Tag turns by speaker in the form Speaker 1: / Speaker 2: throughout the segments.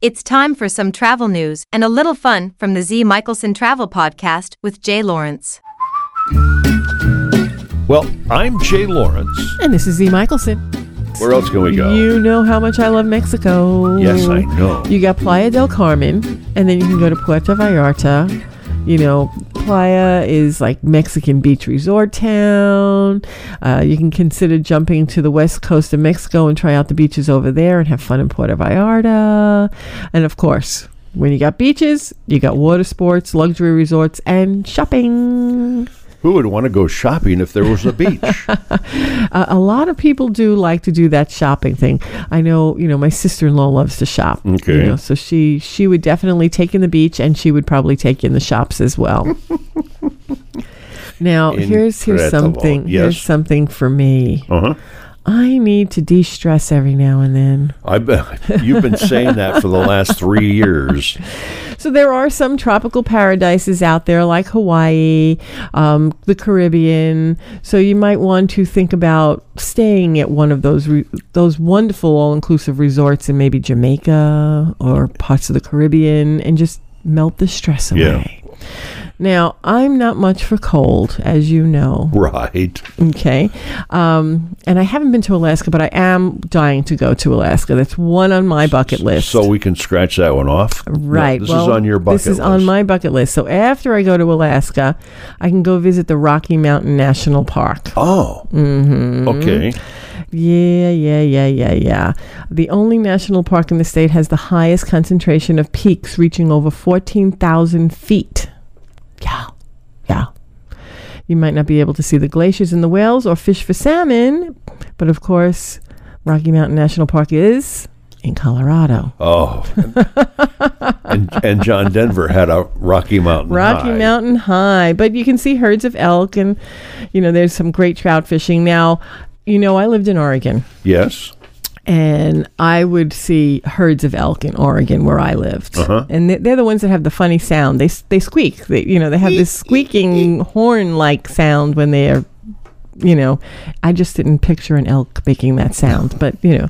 Speaker 1: It's time for some travel news and a little fun from the Z. Michelson Travel Podcast with Jay Lawrence.
Speaker 2: Well, I'm Jay Lawrence.
Speaker 3: And this is Z. Michelson.
Speaker 2: Where else can we go?
Speaker 3: You know how much I love Mexico.
Speaker 2: Yes, I know.
Speaker 3: You got Playa del Carmen, and then you can go to Puerto Vallarta. You know, Playa is like Mexican beach resort town. Uh, you can consider jumping to the west coast of Mexico and try out the beaches over there and have fun in Puerto Vallarta. And of course, when you got beaches, you got water sports, luxury resorts, and shopping.
Speaker 2: Who would want to go shopping if there was a beach?
Speaker 3: Uh, a lot of people do like to do that shopping thing. I know, you know, my sister in law loves to shop. you
Speaker 2: Okay.
Speaker 3: know, so she she would definitely take in the beach, and she would probably take in the shops as well. now here's here's
Speaker 2: Incredible.
Speaker 3: something here's
Speaker 2: Yes.
Speaker 3: something for me.
Speaker 2: uh huh.
Speaker 3: I need to de stress every now and then.
Speaker 2: I've been, you've been saying that for the last three years.
Speaker 3: So there are some tropical paradises out there, like Hawaii, um, the Caribbean. So you might want to think about staying at one of those re- those wonderful all inclusive resorts in maybe Jamaica or parts of the Caribbean, and just melt the stress
Speaker 2: Yeah.
Speaker 3: away. Now I'm not much for cold, as you know.
Speaker 2: Right.
Speaker 3: Okay. Um, and I haven't been to Alaska, but I am dying to go to Alaska. That's one on my bucket list.
Speaker 2: So we can scratch that one off.
Speaker 3: Right.
Speaker 2: No, this
Speaker 3: well,
Speaker 2: is on your bucket
Speaker 3: This is
Speaker 2: list.
Speaker 3: on my bucket list. So after I go to Alaska, I can go visit the Rocky Mountain National Park. Mm-hmm.
Speaker 2: Oh. Okay.
Speaker 3: Yeah, yeah, yeah, yeah, yeah. The only national park in the state has the highest concentration of peaks reaching over 14,000 feet. Yeah, yeah. You might not be able to see the glaciers and the whales or fish for salmon, but of course, Rocky Mountain National Park is in Colorado.
Speaker 2: Oh. and, and John Denver had a Rocky Mountain.
Speaker 3: Rocky
Speaker 2: High.
Speaker 3: Mountain High. But you can see herds of elk, and you know there's some great trout fishing. Now, you know I lived in Oregon,
Speaker 2: Yes.
Speaker 3: and I would see herds of elk in Oregon where I lived,
Speaker 2: Uh-huh.
Speaker 3: and they- they're the ones that have the funny sound. They s- they squeak. They you know they have this squeaking horn like sound when they are. You know, I just didn't picture an elk making that sound, but you know,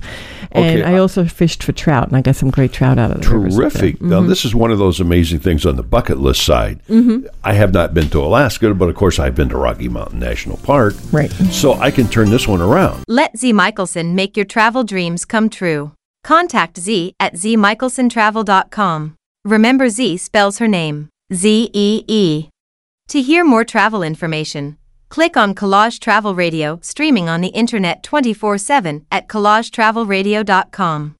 Speaker 3: and
Speaker 2: Okay,
Speaker 3: I also fished for trout, and I got some great trout out of the rivers up there.
Speaker 2: Terrific. Now, this is one of those amazing things on the bucket list side.
Speaker 3: Mm-hmm.
Speaker 2: I have not been to Alaska, but of course, I've been to Rocky Mountain National Park.
Speaker 3: Right.
Speaker 2: So I can turn this one around.
Speaker 1: Let Z. Michelson make your travel dreams come true. Contact Z at zmichelsontravel.com. Remember, Z spells her name Z E E. To hear more travel information, click on Collage Travel Radio, streaming on the internet 24 7 at collagetravelradio.com.